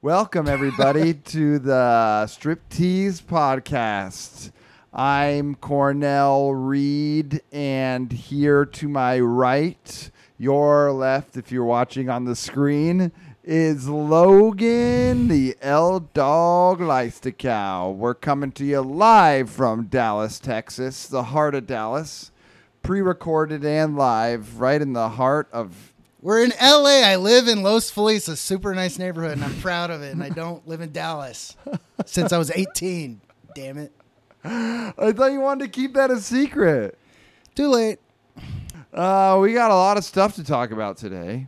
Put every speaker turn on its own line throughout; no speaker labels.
Welcome, everybody, to the Striptease Podcast. I'm Cornell Reed, and here to my right, your left, if you're watching on the screen, is Logan, the L Dog Leistekow. We're coming to you live from Dallas, Texas, the heart of Dallas, pre recorded and live, right in the heart of
We're in LA. I live in Los Feliz, a super nice neighborhood, and I'm proud of it. And I don't live in Dallas since I was 18. Damn it.
I thought you wanted to keep that a secret.
Too late.
Uh, we got a lot of stuff to talk about today.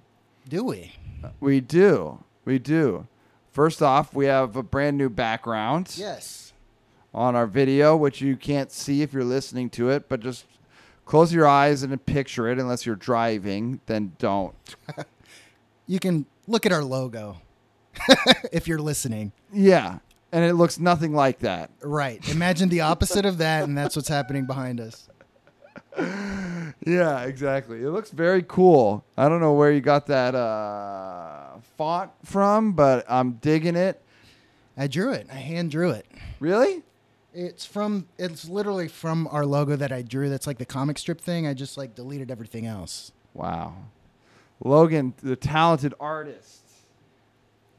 Do we?
We do. We do. First off, we have a brand new background
Yes.
on our video, which you can't see if you're listening to it, but just close your eyes and picture it unless you're driving, then don't.
You can look at our logo if you're listening.
Yeah. And it looks nothing like that.
Right. Imagine the opposite of that, and that's what's happening behind us.
Yeah, exactly. It looks very cool. I don't know where you got that uh, font from, but I'm digging it.
I drew it. I hand drew it.
Really?
It's from, it's literally from our logo that I drew. That's like the comic strip thing. I just like deleted everything else.
Wow. Logan, the talented artist.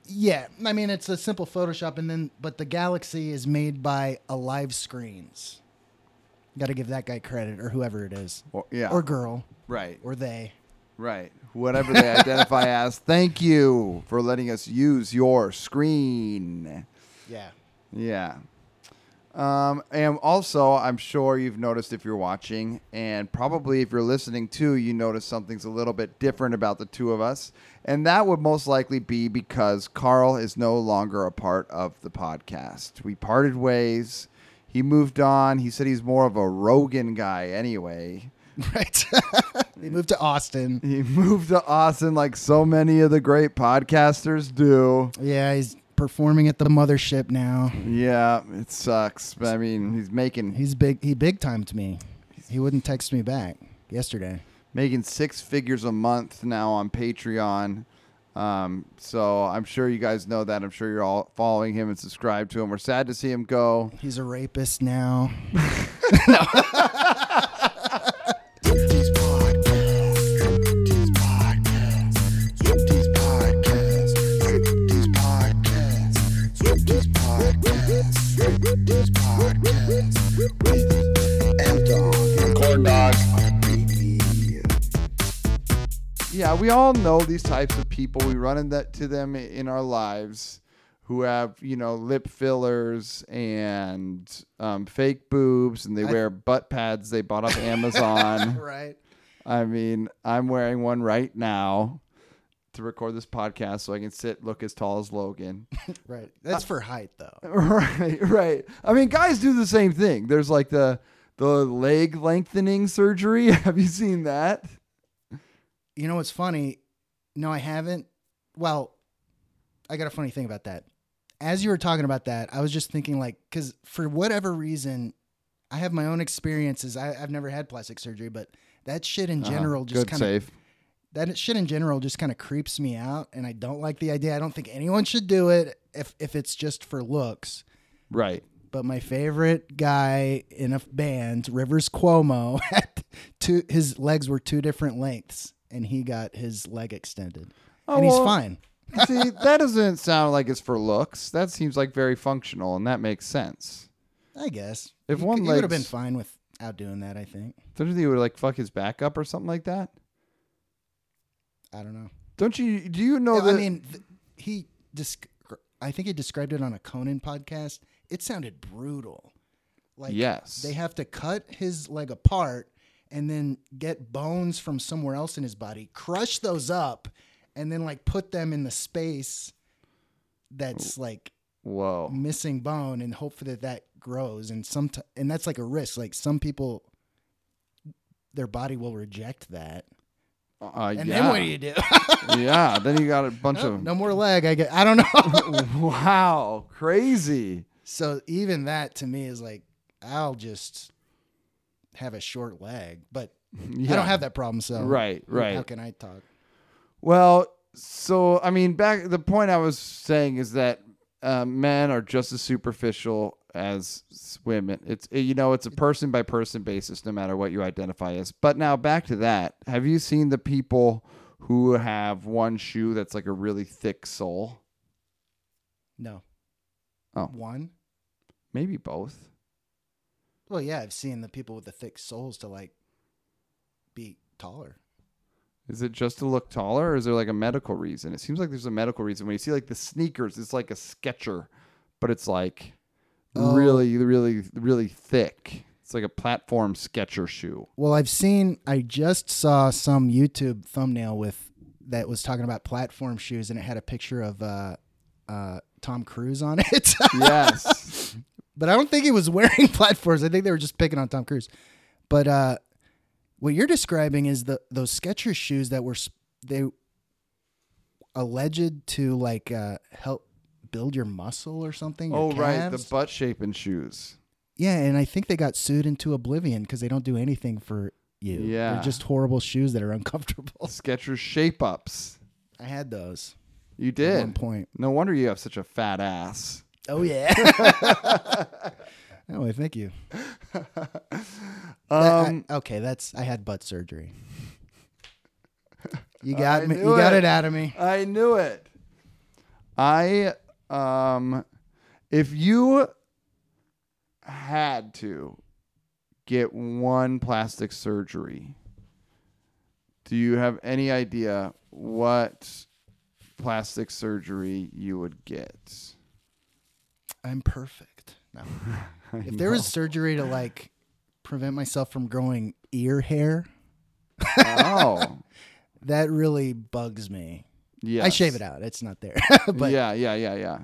Yeah, I mean it's a simple Photoshop, and then but the Galaxy is made by Alive Screens. Got to give that guy credit, or whoever it is,
Or, yeah.
or girl,
right.
or they.
right. Whatever they identify as. Thank you for letting us use your screen.
Yeah,
Yeah. Um, and also, I'm sure you've noticed if you're watching, and probably if you're listening too, you notice something's a little bit different about the two of us. And that would most likely be because Carl is no longer a part of the podcast. We parted ways. He moved on. He said he's more of a Rogan guy anyway.
right. they moved to Austin.
He moved to Austin like so many of the great podcasters do.
Yeah, he's performing at the mothership now.
Yeah, it sucks. But I mean, he's making
He's big. He big timed me. He wouldn't text me back yesterday.
making six figures a month now on Patreon. Um, so I'm sure you guys know that. I'm sure you're all following him and subscribed to him. We're sad to see him go.
He's a rapist now.
Striptease podcast. Striptease podcast. Striptease podcast. Striptease podcast. Striptease podcast. Striptease podcast. With and Dog and Corn Dog.
Yeah, we all know these types of people. We run into them in our lives who have, you know, lip fillers and um, fake boobs and they wear butt pads they bought off Amazon.
Right.
I mean, I'm wearing one right now to record this podcast so I can sit, look as tall as Logan.
Right. That's for height though.
right, right. I mean, guys do the same thing. There's like the the leg lengthening surgery. Have you seen that?
Uh-huh. You know what's funny? No, I haven't. Well, I got a funny thing about that. As you were talking about that, I was just thinking, like, because for whatever reason, I have my own experiences. I, I've never had plastic surgery, but that shit in general
Uh-huh.
just
Good
kind of
save.
that shit in general just kind of creeps me out, and I don't like the idea. I don't think anyone should do it if if it's just for looks.
Right.
But my favorite guy in a band, Rivers Cuomo, had two his legs were two different lengths, and he got his leg extended,
Oh,
and he's
well,
fine.
See, that doesn't sound like it's for looks. That seems like very functional, and that makes sense.
I guess.
If
He
one
c- he would have
leg's-
been fine without doing that, I think.
Don't you think it would like fuck his back up or something like that?
I don't know.
Don't you? Do you know
Yeah,
that?
I mean, th- he desc- I think he described it on a Conan podcast. It sounded brutal. Like
Yes.
they have to cut his leg apart and then get bones from somewhere else in his body, crush those up, and then like put them in the space
Oh.
that's like
whoa.
missing bone and hope that that grows and some and that's like a risk like some people their body will reject that
Uh,
and
yeah.
then what do you do
yeah. Then you got a bunch of.
no more leg i get i don't know
Wow. Crazy.
so even that to me is like i'll just have a short leg but i
Yeah.
don't have that problem so
Right, right.
how can i talk
Well, so I mean, back the point I was saying is that uh, men are just as superficial as s- women. It's eh, you know, it's a person by person basis, no matter what you identify as. But now back to that. Have you seen the people who have one shoe that's like a really thick sole?
No.
Oh.
One.
Maybe both.
Well, yeah, I've seen the people with the thick soles to like be taller.
Is it just to look taller, or is there like a medical reason? It seems like there's a medical reason. When you see like the sneakers, it's like a sketcher, but it's like
Oh.
really, really, really thick. It's like a platform sketcher shoe.
Well, I've seen. I just saw some YouTube thumbnail with that was talking about platform shoes, and it had a picture of uh, uh, Tom Cruise on it.
Yes.
but I don't think he was wearing platforms. I think they were just picking on Tom Cruise. But uh, what you're describing is the those Skechers shoes that were s- they alleged to like uh, help build your muscle or something. your
oh right, the
calves.
butt shaping shoes.
yeah, and I think they got sued into oblivion because they don't do anything for you.
Yeah.
they're just horrible shoes that are uncomfortable.
Sketcher shape ups.
I had those
You
at one
did.
point.
No wonder you have such a fat ass.
Oh yeah. oh, thank you. That-
Um,
I- okay, that's I had butt surgery. You got
I
me.
knew
You got
it.
it out of me.
I knew it. I um if you had to get one plastic surgery, do you have any idea what plastic surgery you would get?
I'm perfect. No. If there was surgery to like prevent myself from growing ear hair,
Oh.
that really bugs me.
Yeah.
I shave it out. It's not there. but
yeah, yeah, yeah, yeah.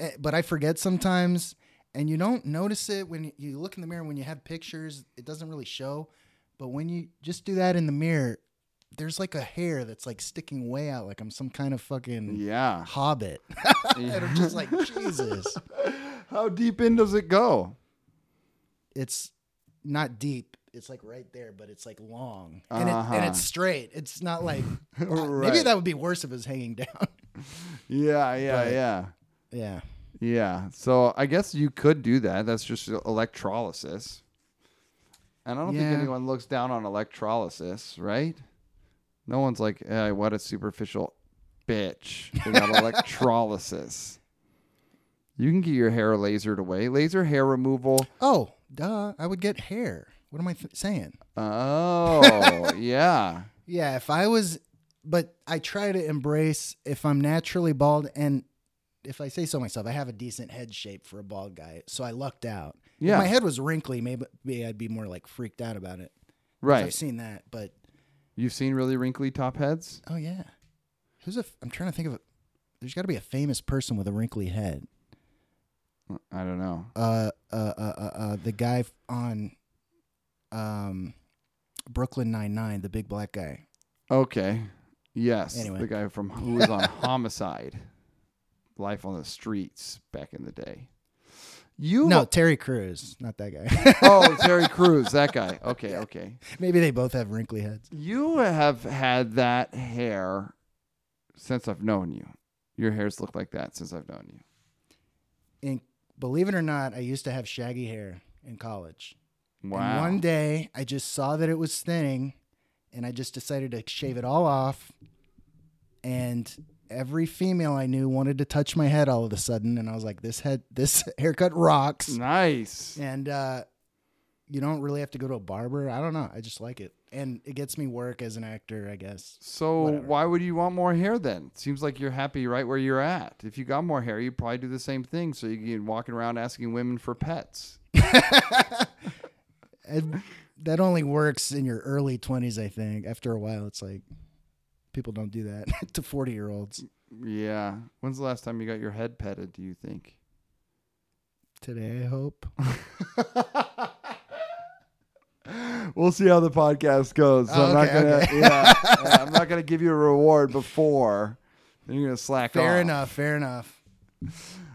eh, but I forget sometimes and you don't notice it when you look in the mirror when you have pictures, it doesn't really show. But when you just do that in the mirror, there's like a hair that's like sticking way out like I'm some kind of fucking
Yeah.
hobbit. and I'm just like, Jesus.
How deep in does it go?
It's not deep. It's like right there, but it's like long. And, it, and
Uh-huh.
it's straight. It's not like. Maybe
Right.
that would be worse if it was hanging down.
Yeah, yeah,
But-
yeah.
yeah.
Yeah. So I guess you could do that. That's just e-, electrolysis. And I don't
Yeah.
think anyone looks down on electrolysis, right? No one's like, eh, what a superficial bitch. They got electrolysis. You can get your hair lasered away. Laser hair removal.
Oh, duh. I would get hair. What am I th- saying?
Oh, yeah.
Yeah, if I was. But I try to embrace if I'm naturally bald and. If I say so myself, I have a decent head shape for a bald guy, so I lucked out.
Yeah.
If my head was wrinkly, maybe, maybe I'd be more like freaked out about it. 'Cause I've
Right.
seen that, but
You've seen really wrinkly top heads?
Oh yeah. Who's a? f- I'm trying to think of. A, there's got to be a famous person with a wrinkly head.
I don't know.
Uh, uh, uh, uh, uh the guy f- on, um, Brooklyn Nine Nine, the big black guy.
Okay. Yes.
Anyway.
The guy from who was on Homicide, Life on the Streets back in the day. You
No, Terry Crews, not that guy.
Oh, Terry Crews, that guy. Okay, okay.
Maybe they both have wrinkly heads.
You have had that hair since I've known you. Your hair's looked like that since I've known you.
And believe it or not, I used to have shaggy hair in college. And
Wow.
one day, I just saw that it was thinning, and I just decided to shave it all off. And every female I knew wanted to touch my head all of a sudden, and I was like, "This head, this haircut rocks."
Nice.
And uh, you don't really have to go to a barber. I don't know. I just like it, and it gets me work as an actor, I guess.
So
Whatever.
why would you want more hair then? Seems like you're happy right where you're at. If you got more hair, you'd probably do the same thing. So you can walking around asking women for pets.
And that only works in your early twenties, I think. After a while, it's like people don't do that to forty-year-olds
Yeah. When's the last time you got your head petted, do you think?
today. I hope.
We'll see how the podcast goes.
Oh,
I'm not
okay,
gonna
okay.
yeah, yeah, I'm not gonna give you a reward before. Then you're gonna slack off.
Fair enough. Fair enough.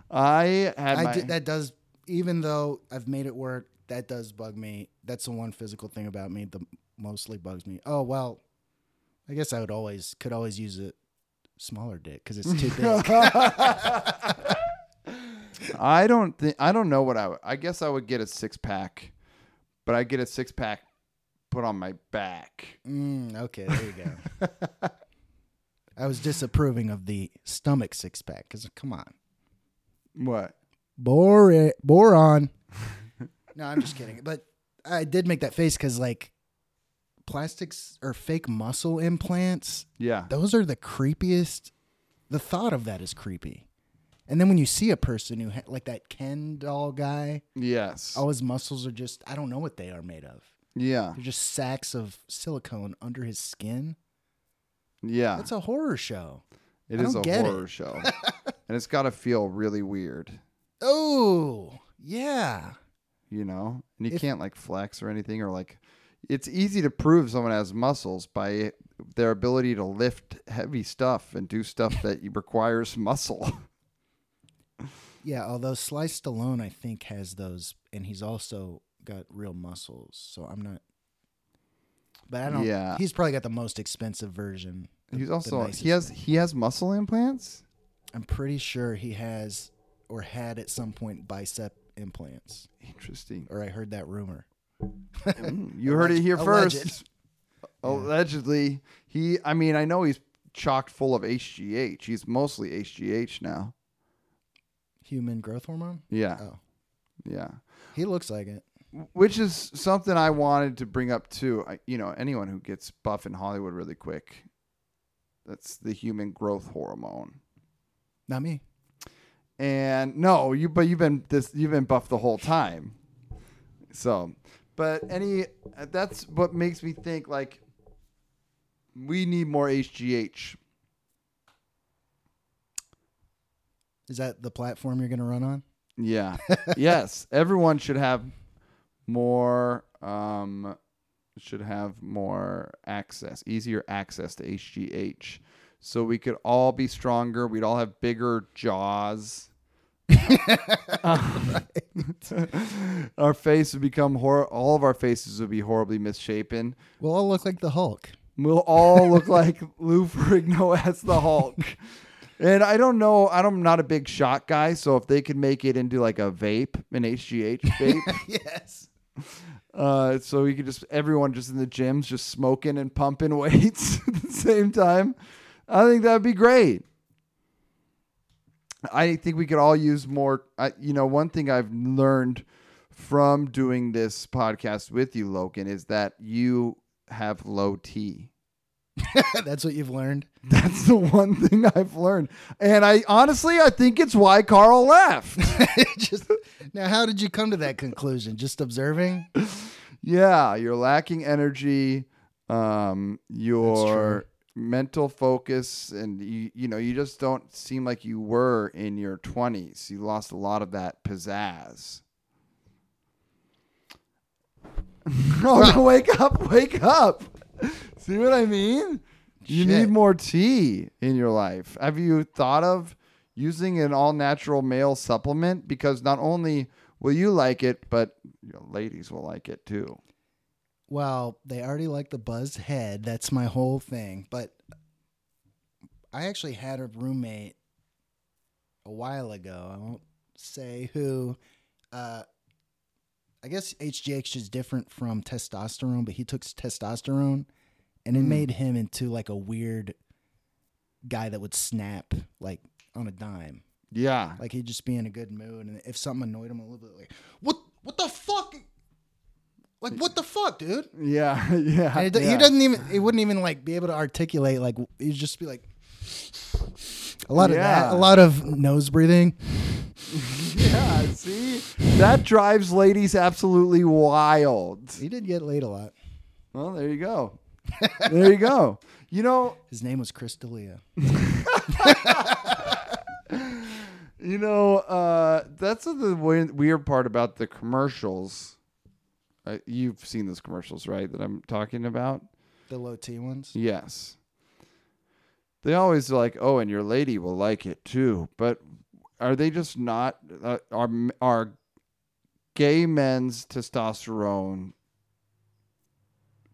I had
I
my,
did, that does even though I've made it work, that does bug me. That's the one physical thing about me that mostly bugs me. Oh well, I guess I would always could always use a smaller dick because it's too big.
I don't think I don't know what I would. I guess I would get a six pack, but I get a six pack put on my back.
Mm, okay, there you go. I was disapproving of the stomach six pack because come on,
What?
bore it, boron. no, I'm just kidding. But I did make that face because like plastics or fake muscle implants,
Yeah.
those are the creepiest. The thought of that is creepy. And then when you see a person who ha- like that Ken doll guy,
Yes.
all his muscles are just I don't know what they are made of.
Yeah.
They're just sacks of silicone under his skin.
Yeah.
That's a horror show.
It
I
is
don't
a
get it.
horror show. and it's got to feel really weird,
Oh, yeah.
you know? And you
If-
can't like flex or anything or like it's easy to prove someone has muscles by their ability to lift heavy stuff and do stuff that requires muscle.
Yeah, although Sly Stallone, I think, has those, and he's also got real muscles. So I'm not. But I don't.
Yeah.
He's probably got the most expensive version. the-
He's
the
also
nicest
he has
one.
he has muscle implants?
I'm pretty sure he has or had at some point bicep implants,
Interesting.
or I heard that rumor.
Mm, you heard it
Alleged-
here
alleged.
first. Allegedly, he I mean, I know he's chocked full of HGH. He's mostly HGH now.
Human growth hormone?
Yeah.
Oh.
Yeah.
He looks like it.
which is something I wanted to bring up too. I, you know, anyone who gets buff in Hollywood really quick, that's the human growth hormone.
Not me.
And no, you but you've been this you've been buff the whole time. So, but any that's what makes me think like we need more HGH.
Is that the platform you're going to run on?
Yeah. yes, everyone should have more um should have more access, easier access to HGH. So we could all be stronger, we'd all have bigger jaws. Uh, our face would become hor- all of our faces would be horribly misshapen.
We'll all look like the Hulk.
We'll all look like Lou Ferrigno as the Hulk. And I don't know. I don't- I'm not a big shot guy, so if they could make it into like a vape, an HGH vape,
yes.
uh, so you could just everyone just in the gyms just smoking and pumping weights at the same time, I think that'd be great. I think we could all use more. I, you know, one thing I've learned from doing this podcast with you, Logan, is that you have low T.
That's what you've learned.
That's the one thing I've learned. And I honestly, I think it's why Carl left.
just now how did you come to that conclusion just observing
yeah, you're lacking energy, um, your mental focus, and you, you know, you just don't seem like you were in your 20s. You lost a lot of that pizzazz. oh, no, wake up, wake up. See what I mean? You
Shit.
need more tea in your life. Have you thought of using an all natural male supplement? Because not only will you like it, but your ladies will like it too.
well they already like the buzz head that's my whole thing but i actually had a roommate a while ago i won't say who uh i guess hgh is different from testosterone but he took testosterone and it
Mm.
made him into like a weird guy that would snap like on a dime
Yeah.
Like he'd just be in a good mood, and if something annoyed him a little bit, like what what the fuck, like what the fuck, dude.
Yeah. Yeah.
And it,
yeah.
He doesn't even. He wouldn't even like be able to articulate. Like he'd just be like a lot of
Yeah.
that, a lot of nose breathing.
Yeah. See, that drives ladies absolutely wild.
He did get laid a lot.
Well, there you go. There you go. You know,
His name was Chris D'Elia.
you know, uh, that's the we- weird part about the commercials. Uh, you've seen those commercials, right? That I'm talking about.
The low T ones.
Yes. They always are like, oh, and your lady will like it too. But are they just not? Uh, are m- are gay men's testosterone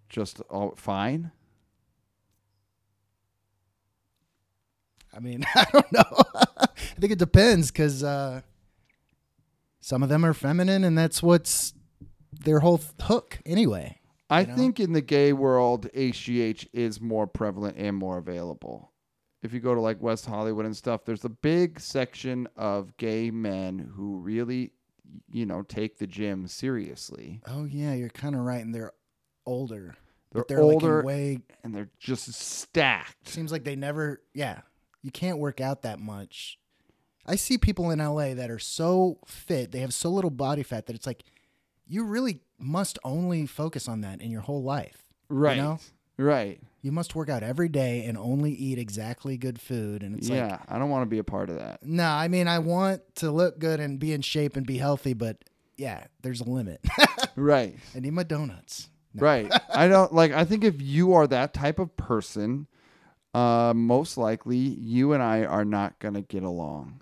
just all fine?
I mean, I don't know. I think it depends because uh, some of them are feminine, and that's what's their whole th- hook anyway.
I
know?
think in the gay world, HGH is more prevalent and more available. If you go to like West Hollywood and stuff, there's a big section of gay men who really, you know, take the gym seriously.
Oh yeah, you're kind of right, and they're older.
They're,
They're
older
like in way.
and they're just stacked.
Seems like they never. Yeah, you can't work out that much. I see people in LA that are so fit, they have so little body fat that it's like you really must only focus on that in your whole life.
Right.
know?
Right.
You must work out every day and only eat exactly good food, and it's like
yeah. I don't want to be a part of that.
No, I mean I want to look good and be in shape and be healthy, but yeah, there's a limit.
Right.
I need my donuts.
Right. I don't like I think if you are that type of person, uh most likely you and I are not going to get along.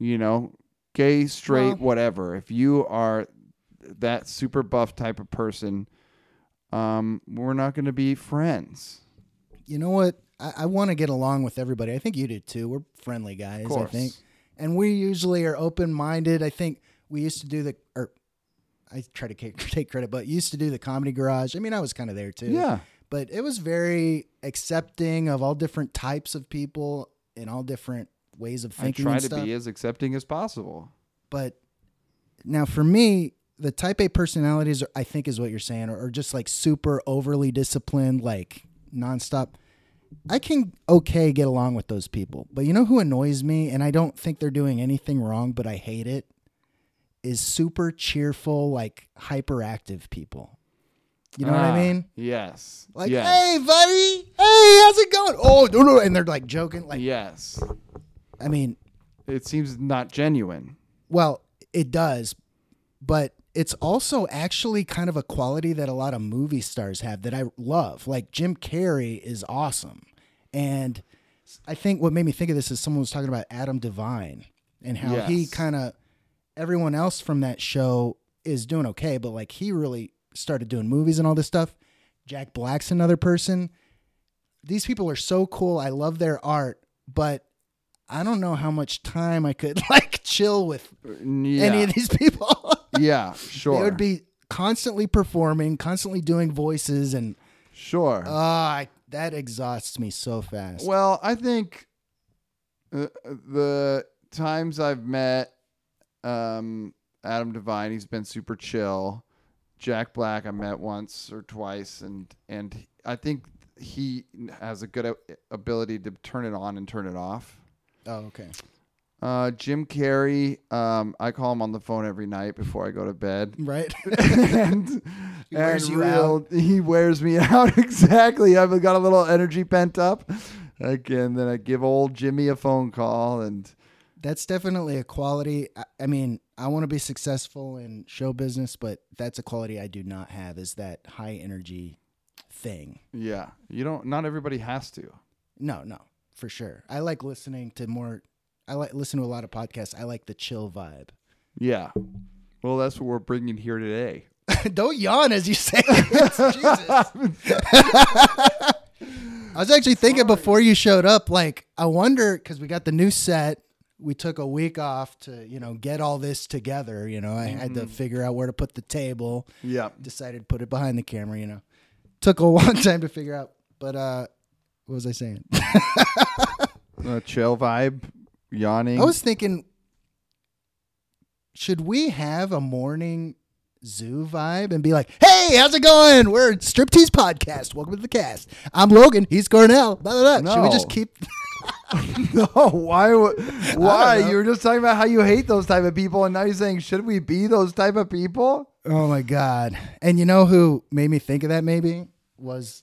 You know, gay, straight,
Well-
whatever. If you are that super buff type of person, um we're not going to be friends.
You know what? I, I want to get along with everybody. I think you do too. We're friendly guys,
Of
I
course.
think. And we usually are open minded. I think we used to do the or I try to ca- take credit, but used to do the comedy garage. I mean, I was kind of there too.
Yeah.
But it was very accepting of all different types of people and all different ways of
I
thinking.
try
and
to
stuff.
be as accepting as possible.
but now for me the type a personalities are, i think is what you're saying are, are just like super overly disciplined like nonstop i can okay get along with those people but you know who annoys me and i don't think they're doing anything wrong but i hate it is super cheerful like hyperactive people you know what
Ah,
i mean
Yes.
like
yes.
hey buddy hey how's it going oh no no and they're like joking like
Yes.
i mean
It seems not genuine.
Well, it does, but it's also actually kind of a quality that a lot of movie stars have that I love. Like Jim Carrey is awesome. And I think what made me think of this is someone was talking about Adam Devine and how he
Yes.
kind of everyone else from that show is doing okay, but like he really started doing movies and all this stuff. Jack Black's another person. These people are so cool. I love their art, but I don't know how much time I could like chill with
Yeah.
any of these people.
yeah, sure.
They would be constantly performing, constantly doing voices, and
sure.
uh, I, that exhausts me so fast.
Well, I think uh, the times I've met um, Adam Devine, he's been super chill. Jack Black, I met once or twice, and and I think he has a good a- ability to turn it on and turn it off.
oh, okay.
Uh, Jim Carrey, um, I call him on the phone every night before I go to bed.
Right?
and
He wears
and
you
real- He wears me out exactly. I've got a little energy pent up. Again, then I give old Jimmy a phone call, and
that's definitely a quality. I, I mean, I want to be successful in show business, but that's a quality I do not have is that high energy thing.
yeah, you don't. Not everybody has to.
No, no, for sure. I like listening to more. I like listen to a lot of podcasts. I like the chill vibe.
Yeah. Well, that's what we're bringing here today.
Don't yawn as you say it. Jesus. I was actually thinking before you showed up, like, I wonder because we got the new set. We took a week off to, you know, get all this together. You know, I had to figure out where to put the table.
Yeah.
Decided to put it behind the camera. You know, took a long time to figure out. But uh, what was I saying?
A chill vibe, yawning.
I was thinking, should we have a morning zoo vibe and be like, "Hey, how's it going? We're a striptease podcast. Welcome to the cast. I'm Logan. He's Cornell. Blah blah blah." Should we just
No.
keep?
no, why? would- Why?
know.
You were just talking about how you hate those type of people, and now you're saying, should we be those type of people?
oh my god! And you know who made me think of that? Maybe was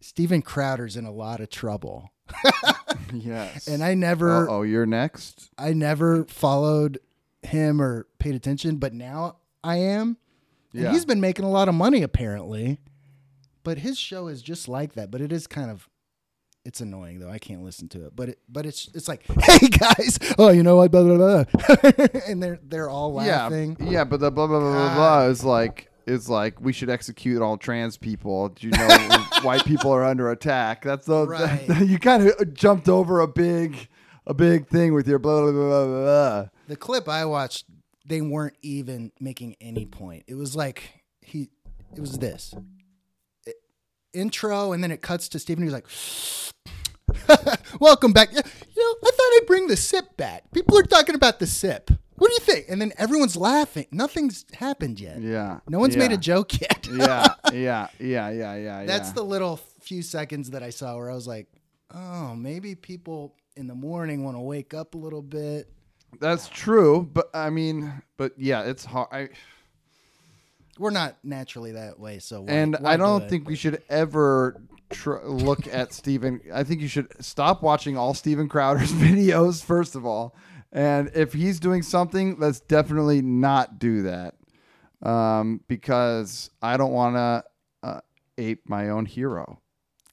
Steven Crowder's in a lot of trouble,
Yes.
and I never,
Oh, you're next.
I never followed him or paid attention, but now I am. And
Yeah.
he's been making a lot of money apparently. But his show is just like that, but it is kind of it's annoying though. I can't listen to it. But it but it's it's like, "Hey guys, oh, you know what blah blah blah." and they're they're all laughing.
Yeah, yeah, but the blah blah blah blah blah is like is like we should execute all trans people. Do you know white people are under attack? That's the
Right.
you kind of jumped over a big a big thing with your blah blah blah blah. blah.
The clip I watched, they weren't even making any point. It was like he, it was this It- intro, and then it cuts to Stephen. He's like, "Welcome back." Yeah, You know, I thought I'd bring the sip back. People are talking about the sip. What do you think? And then everyone's laughing. Nothing's happened yet.
Yeah.
No one's made
yeah.
a joke yet.
yeah, yeah, yeah, yeah, yeah.
That's
yeah.
the little few seconds that I saw where I was like, "Oh, maybe people in the morning want to wake up a little bit."
That's true, but I mean, but yeah, it's hard. I,
we're not naturally that way. So why,
and
why
I
do
don't
it?
think we should ever tr- look at Steven. I think you should stop watching all Steven Crowder's videos first of all. And if he's doing something, let's definitely not do that. Um, because I don't want to uh, ape my own hero.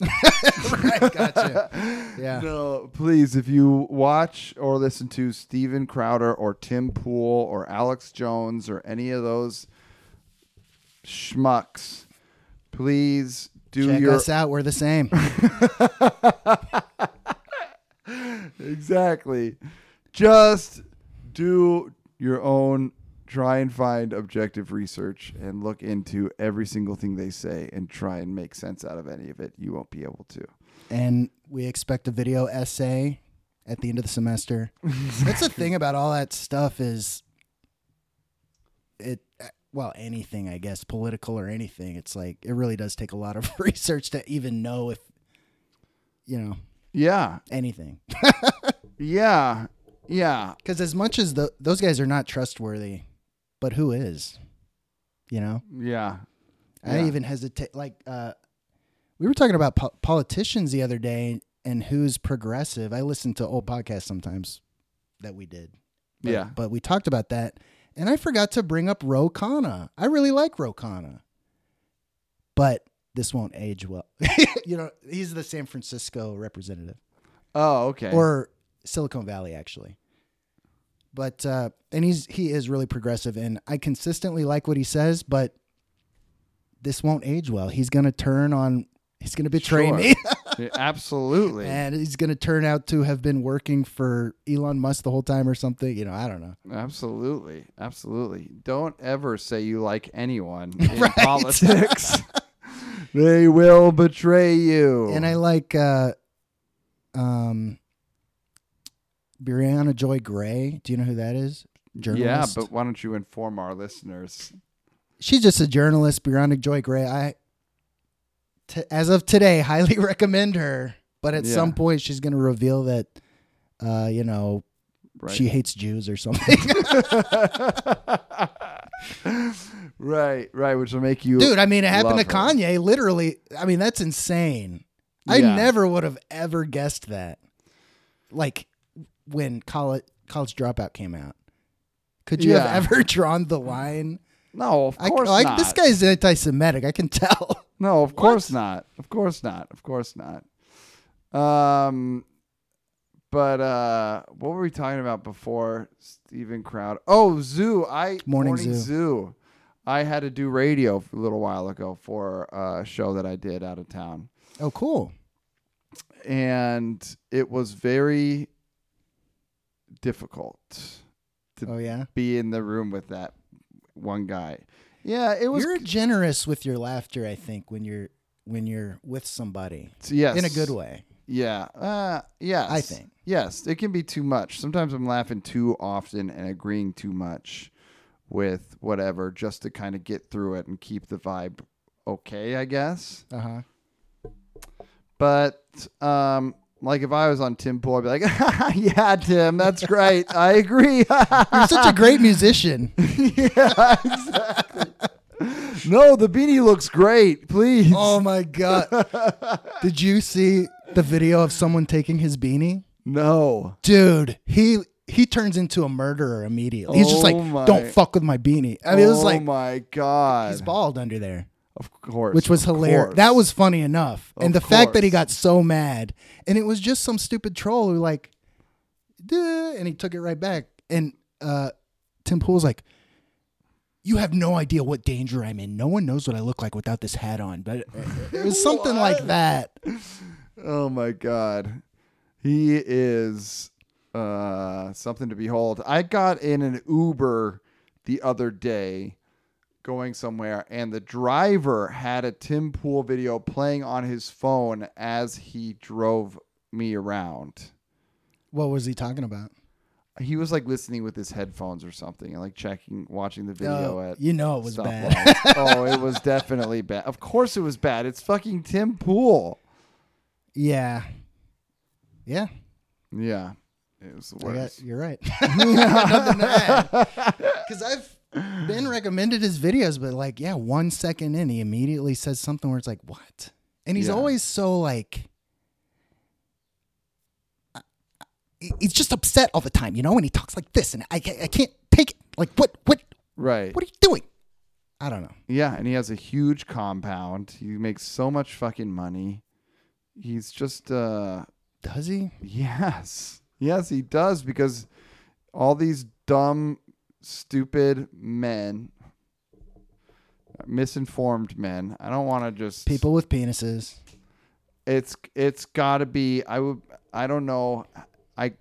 right, gotcha. Yeah.
No, please, if you watch or listen to Steven Crowder or Tim Pool or Alex Jones or any of those schmucks, please do
Check
your
us out. We're the same.
exactly. Just do your own. Try and find objective research and look into every single thing they say and try and make sense out of any of it. You won't be able to.
and we expect a video essay at the end of the semester. That's the thing about all that stuff is it uh, well anything I guess political or anything. It's like it really does take a lot of research to even know if you know
Yeah.
anything.
Yeah. Yeah.
Because as much as tho- those guys are not trustworthy, but who is? You know.
Yeah.
I
Yeah.
even hesitate. Like, uh, we were talking about po- politicians the other day and who's progressive. I listen to old podcasts sometimes that we did. But,
Yeah.
But we talked about that. And I forgot to bring up Ro Khanna. I really like Ro Khanna. But this won't age well. you know, he's the San Francisco representative
Oh, okay.
or Silicon Valley actually. But uh, and he's he is really progressive, and I consistently like what he says, but this won't age well. He's gonna turn on. He's gonna betray
Sure.
me,
Yeah, absolutely.
and he's gonna turn out to have been working for Elon Musk the whole time or something. You know, I don't know.
Absolutely. Absolutely. Don't ever say you like anyone in politics. they will betray you.
And I like uh, um, Brianna Joy Gray. Do you know who that is?
Yeah,
Journalist.
but why don't you inform our listeners?
she's just a journalist, Brianna Joy Gray. I, t- as of today, highly recommend her. But at
Yeah.
some point, she's going to reveal that, uh, you know,
Right.
she hates Jews or something.
right, right, which will make you
Dude, I mean, it happened
Love
to
her.
Kanye. Literally, I mean, that's insane. I
Yeah.
never would have ever guessed that. Like when college college dropout came out, could you
Yeah.
have ever drawn the line?
No, of
I,
course
like
not.
this guy's anti-Semitic. I can tell.
No, of course not. Of course not. Of course not. Um, but uh, what were we talking about before Stephen Crowd? Oh, Zoo. I
Morning Zoo.
Zoo. I had to do radio a little while ago for a show that I did out of town,
Oh, cool.
and it was very difficult
Oh yeah.
be in the room with that one guy. Yeah, it was.
you're generous with your laughter i think when you're when you're with somebody
yes,
in a good way
Yeah. Uh, yes.
I think.
Yes, it can be too much. Sometimes I'm laughing too often and agreeing too much with whatever just to kind of get through it and keep the vibe okay, I guess.
uh-huh
But um like if I was on Tim Pool, I'd be like, "Yeah, Tim, that's great. I agree."
you're such a great musician
yeah, exactly. no, the beanie looks great. Please.
oh my god did you see the video of someone taking his beanie
no.
dude he he turns into a murderer immediately he's just
Oh
like
my-
don't fuck with my beanie i mean it was
oh
like
my god.
he's bald under there
Of course.
which was
of
hilarious.
course.
That was funny enough. and the
Of
fact that he
course.
got so mad, and it was just some stupid troll who like, "Duh," and he took it right back. And uh, Tim Pool's like, you have no idea what danger I'm in. No one knows what I look like without this hat on. But it was something like that.
Oh my god. He is uh something to behold. I got in an Uber the other day going somewhere and the driver had a Tim Pool video playing on his phone as he drove me around.
What was he talking about?
He was like listening with his headphones or something and like checking watching the video
Oh,
at
you know it was
stuff
bad.
like- oh, it was definitely bad. Of course it was bad. It's fucking Tim Pool.
Yeah. Yeah.
Yeah. It was the
I
worst.
got- you're right. Nothing to add. Because I've been recommended his videos, but like, yeah, one second in, he immediately says something where it's like, what? And he's
Yeah.
always so like, I- I- he's just upset all the time, you know. And he talks like this, and I, ca- I can't take it. Like, what, what,
Right.
what are you doing? I don't know.
Yeah, and he has a huge compound. He makes so much fucking money. He's just uh
Does he?
yes. Yes, he does because all these dumb stupid men misinformed men. I don't want to just
People with penises.
it's it's got to be I would I don't know I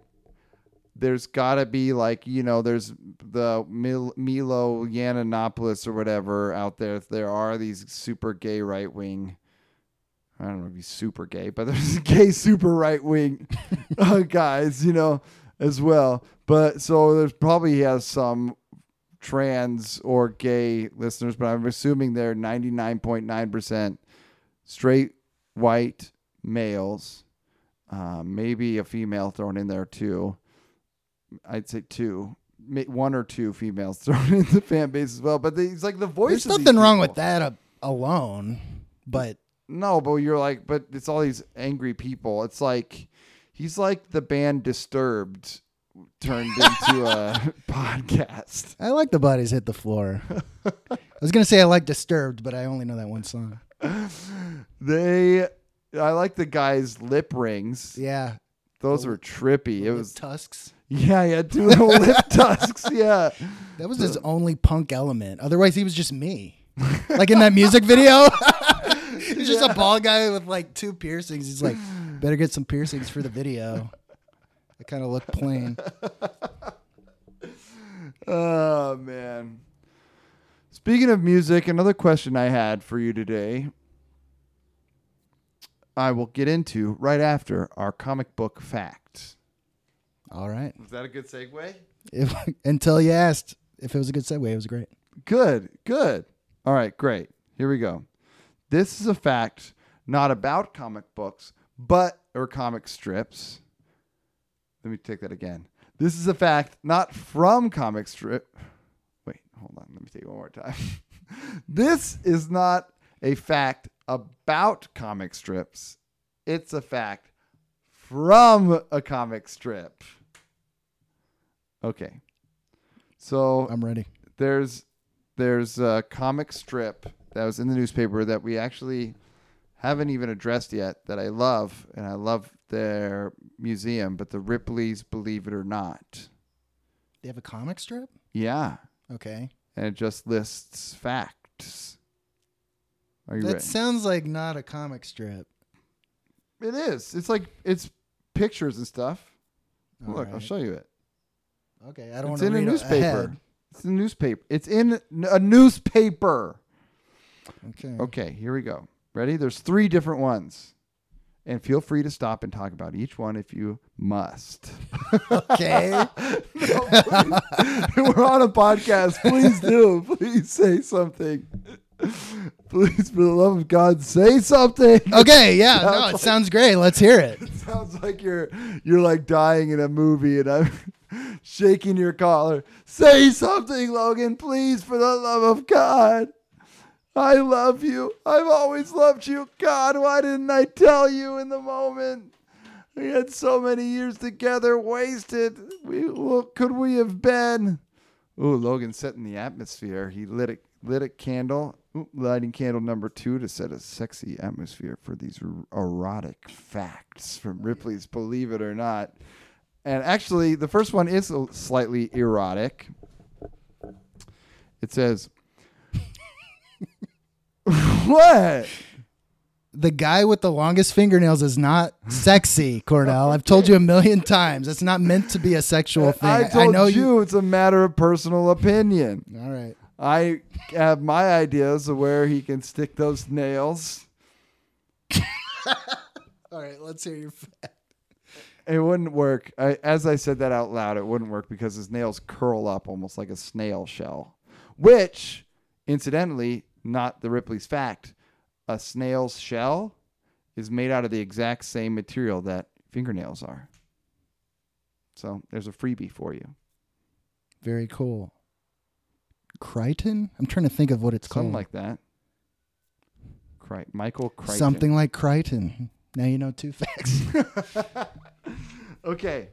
there's got to be like you know there's the Mil- Milo Yiannopoulos or whatever out there there are these super gay right wing I don't know if he's super gay but there's gay super right wing uh, guys you know as well but so there's probably he has some trans or gay listeners but I'm assuming they're 99.9% straight white males, uh, maybe a female thrown in there too. I'd say two, ma- one or two females thrown in the fan base as well. But they, it's like the voice.
There's nothing wrong with that a- alone, but
No, but you're like, but it's all these angry people. It's like he's like the band Disturbed turned into a podcast.
I like the bodies hit the floor. I was gonna say I like Disturbed, but I only know that one song.
They, I like the guy's lip rings.
Yeah,
Those were trippy. It
with
was
tusks.
yeah, yeah, two little lip tusks. Yeah.
That was his only punk element. Otherwise, he was just me. like in that music video, he's just a bald guy with like two piercings. He's like, better get some piercings for the video. I kind of look plain.
Oh man. Speaking of music, another question I had for you today. I will get into right after our comic book fact.
All right.
Was that a good segue?
If, until you asked if it was a good segue, it was great.
Good, good. All right, great. Here we go. This is a fact not about comic books, but or comic strips. Let me take that again. This is a fact not from comic strip. Wait, hold on. Let me take it one more time. this is not a fact about comic strips. It's a fact from a comic strip. Okay. So
I'm ready.
there's there's a comic strip that was in the newspaper that we actually haven't even addressed yet that I love and I love their museum, but the Ripley's Believe It or Not.
They have a comic strip.
Yeah.
Okay.
And it just lists facts. Are you
That
ready?
sounds like not a comic strip.
It is. It's like it's pictures and stuff. Look, I'll
Alright.
show you it.
Okay, I don't
It's
want
in
to
a
read
newspaper.
ahead.
It's in a newspaper. It's in a newspaper.
Okay.
Okay, here we go. Ready? There's three different ones. And feel free to stop and talk about each one if you must.
Okay.
We're on a podcast. Please do. Please say something. Please, for the love of God, say something.
okay. Yeah. No, it sounds great. Let's hear it.
Sounds like you're you're like dying in a movie, and I'm shaking your collar. Say something, Logan, please, for the love of God. I love you. I've always loved you. God, why didn't I tell you in the moment? We had so many years together wasted. We what could we have been? Ooh, Logan setting the atmosphere. He lit a lit a candle, Ooh, lighting candle number two to set a sexy atmosphere for these er- erotic facts from Ripley's Believe It or Not. And actually, the first one is a- slightly erotic. It says, What?
The guy with the longest fingernails is not sexy, Cornell. I've told you a million times. It's not meant to be a sexual thing.
I told you, it's a matter of personal opinion.
All right.
I have my ideas of where he can stick those nails.
All right, let's hear your fact.
It wouldn't work. I, as I said that out loud, it wouldn't work because his nails curl up almost like a snail shell, which, incidentally, not the Ripley's fact, a snail's shell is made out of the exact same material that fingernails are. So there's a freebie for you.
Very cool. Crichton? I'm trying to think of what it's
Something
called.
like that. Cri- Michael Crichton.
Something like Crichton. Now you know two facts.
Okay.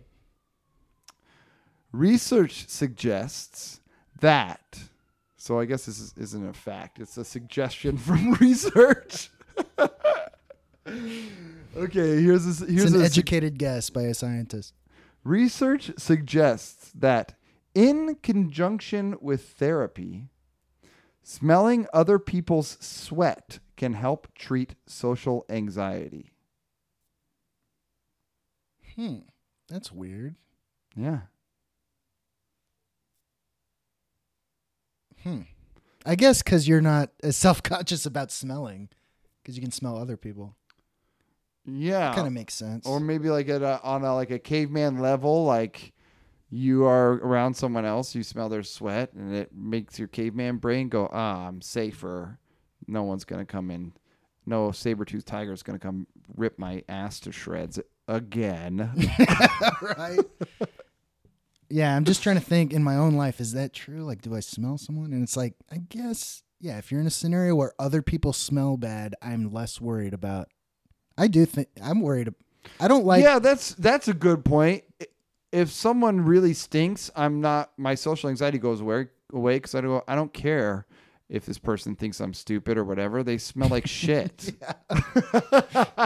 Research suggests that. So I guess this is, isn't a fact. It's a suggestion from research. okay, here's a, here's
It's an
a sug-
educated guess by a scientist.
Research suggests that, in conjunction with therapy, smelling other people's sweat can help treat social anxiety.
Hmm. That's weird.
Yeah.
I guess because you're not as self conscious about smelling, because you can smell other people.
Yeah.
Kind of makes sense.
Ah. or maybe like at a, on a like a caveman level like you are around someone else you smell their sweat and it makes your caveman brain go ah i'm safer no one's gonna come in no saber-toothed tiger's gonna come rip my ass to shreds again
right? yeah, I'm just trying to think in my own life, is that true? Like, do I smell someone? And it's like, I guess, yeah, if you're in a scenario where other people smell bad, I'm less worried about. I do think I'm worried. ab- I don't like.
yeah that's that's a good point I- if someone really stinks i'm not my social anxiety goes away away because i don't i don't care if this person thinks i'm stupid or whatever they smell like shit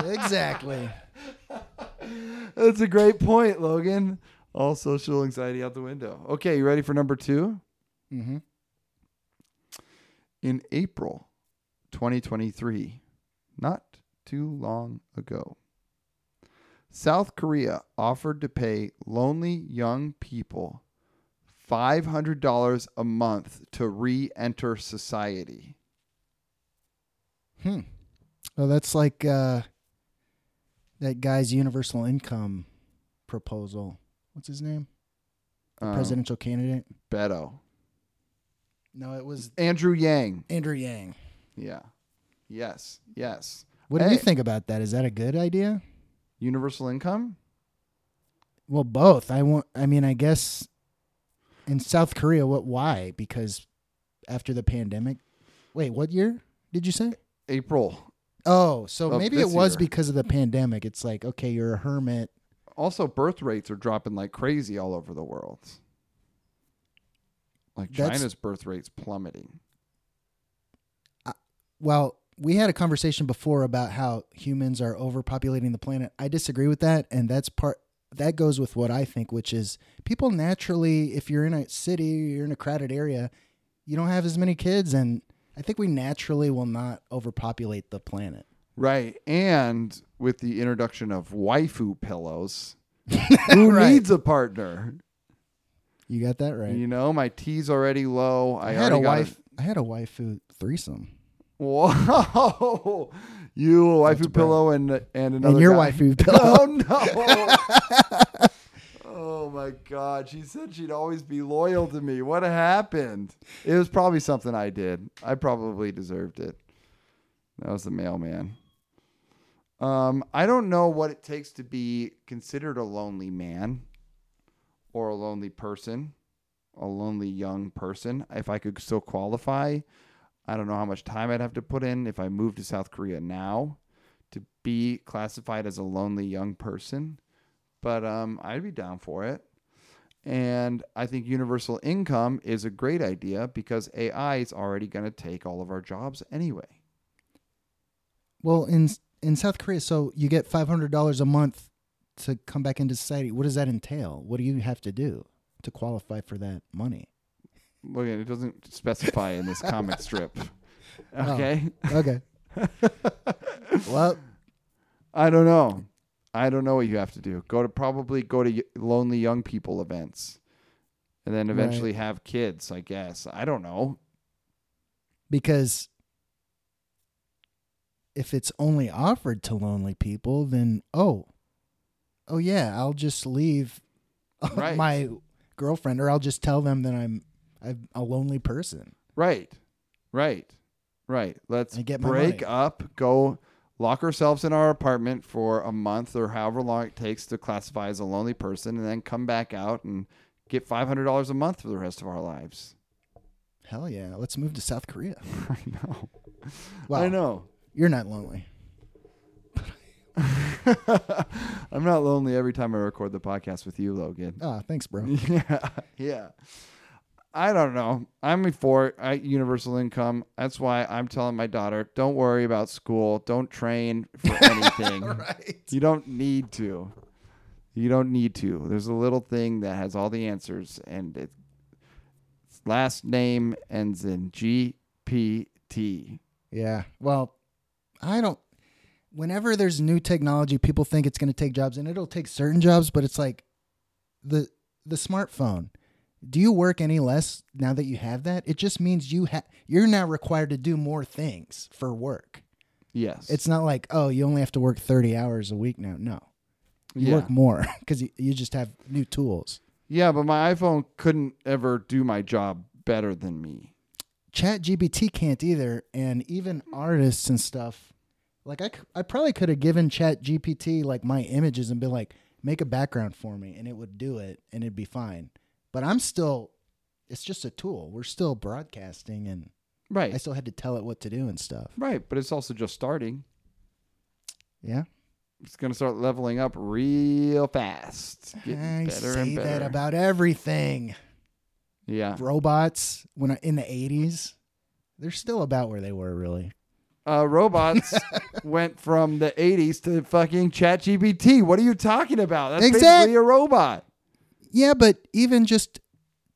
Exactly.
That's a great point, Logan. All social anxiety out the window. Okay, you ready for number two?
hmm
In April 2023, not too long ago, South Korea offered to pay lonely young people $500 a month to re enter society.
Hmm. Well, that's like uh, that guy's universal income proposal. What's his name?
Um,
Presidential candidate?
Beto.
No, it was
Andrew Yang.
Andrew Yang.
Yeah. Yes. Yes.
What do you
Hey.
think about that? Is that a good idea?
Universal income?
Well, both. I want. I mean, I guess in South Korea, what? Why? Because after the pandemic. Wait, what year did you say?
April
Oh, so
Of
maybe
this
it was
year.
because of the pandemic. It's like, okay, you're a hermit.
also birth rates are dropping like crazy all over the world. Like
That's-
China's birth rates plummeting.
Well, we had a conversation before about how humans are overpopulating the planet. I disagree with that, and that's part that goes with what I think, which is people naturally, if you're in a city, you're in a crowded area, you don't have as many kids, and I think we naturally will not overpopulate the planet.
Right. And with the introduction of waifu pillows, who
Right.
needs a partner?
You got that right.
You know, my tea's already low. I,
I, had a
already got
wife. I had a waifu threesome,
Whoa. You, a
That's
waifu pillow, and, and another.
and your
guy.
waifu
Oh,
pillow.
no. oh, my God. She said she'd always be loyal to me. What happened? It was probably something I did. I probably deserved it. That was the mailman. Um, I don't know what it takes to be considered a lonely man or a lonely person, a lonely young person. If I could still qualify, I don't know how much time I'd have to put in if I moved to South Korea now to be classified as a lonely young person, but um, I'd be down for it. And I think universal income is a great idea because AI is already going to take all of our jobs anyway.
Well, in in South Korea, so you get five hundred dollars a month to come back into society. What does that entail? What do you have to do to qualify for that money?
Look, it doesn't specify in this comic strip. Okay.
Okay, Well,
I don't know. I don't know what you have to do. Go to probably go to y- lonely young people events, and then eventually have kids. I guess I don't know.
because if it's only offered to lonely people, then oh, oh yeah, I'll just leave
Right.
my girlfriend, or I'll just tell them that I'm I'm a lonely person.
Right, right, right. Let's
And get my
break
money.
up. Go lock ourselves in our apartment for a month or however long it takes to classify as a lonely person, and then come back out and get five hundred dollars a month for the rest of our lives.
Hell yeah, let's move to South Korea.
I know.
Wow,
I know.
you're not lonely.
I'm not lonely every time I record the podcast with you, Logan.
Ah, thanks, bro.
yeah, yeah. I don't know. I'm for uh, universal income. That's why I'm telling my daughter, don't worry about school. Don't train for anything.
right.
You don't need to. You don't need to. There's a little thing that has all the answers, and it, its last name ends in GPT.
Yeah. Well, I don't. Whenever there's new technology, people think it's going to take jobs, and it'll take certain jobs. But it's like the the smartphone. Do you work any less now that you have that? It just means you ha- you're now required to do more things for work.
Yes.
It's not like oh, you only have to work thirty hours a week now. No, you
yeah.
work more because you, you just have new tools.
yeah, but my iPhone couldn't ever do my job better than me.
Chat GBT can't either, and even artists and stuff. Like I, c- I probably could have given Chat GPT like my images and been like, make a background for me, and it would do it, and it'd be fine. But I'm still, it's just a tool. We're still broadcasting, and
Right.
I still had to tell it what to do and stuff.
Right, but it's also just starting.
Yeah,
It's going to start leveling up real fast. Getting
I
better
say
and better.
that about everything.
yeah.
Robots when I, in the '80s, they're still about where they were really.
Uh, robots went from the 80s to fucking ChatGPT. What are you talking about? That's
Exact-
basically a robot.
Yeah, but even just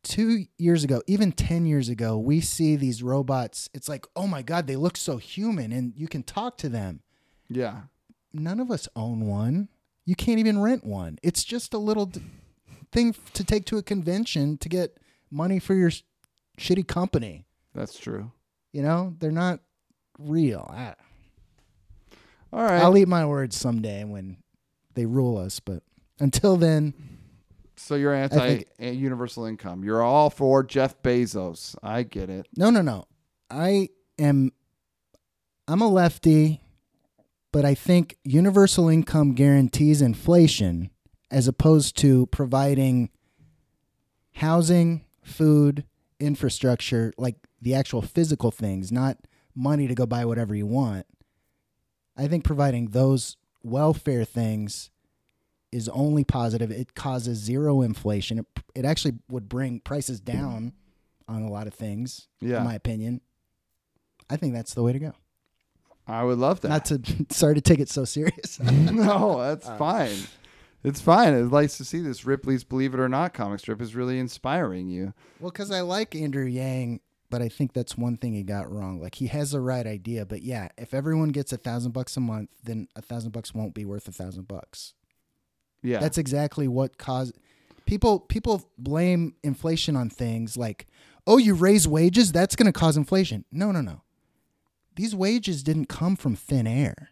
two years ago, even 10 years ago, we see these robots. It's like, oh my God, they look so human and you can talk to them.
Yeah.
None of us own one. You can't even rent one. It's just a little d- thing f- to take to a convention to get money for your sh- shitty company.
That's true.
You know, they're not real. I,
All right.
I'll eat my words someday when they rule us, but until then,
so you're anti
think-
uh, universal income. You're all for Jeff Bezos. I get it.
No, no, no. I am I'm a lefty, but I think universal income guarantees inflation as opposed to providing housing, food, infrastructure, like the actual physical things, not money to go buy whatever you want. I think providing those welfare things is only positive. It causes zero inflation. It, it actually would bring prices down on a lot of things,
Yeah.
in my opinion. I think that's the way to go.
I would love that. Mm-hmm.
Not to sorry to take it so serious.
no, that's
Uh.
fine. It's fine. It's nice to see this. Ripley's Believe It or Not comic strip is really inspiring you.
well, because I like Andrew Yang, but I think that's one thing he got wrong. Like he has the right idea, but yeah, if everyone gets a thousand bucks a month, then a thousand bucks won't be worth a thousand bucks.
Yeah.
That's exactly what caused people people blame inflation on things like, oh, you raise wages, that's gonna cause inflation. No, no, no. These wages didn't come from thin air.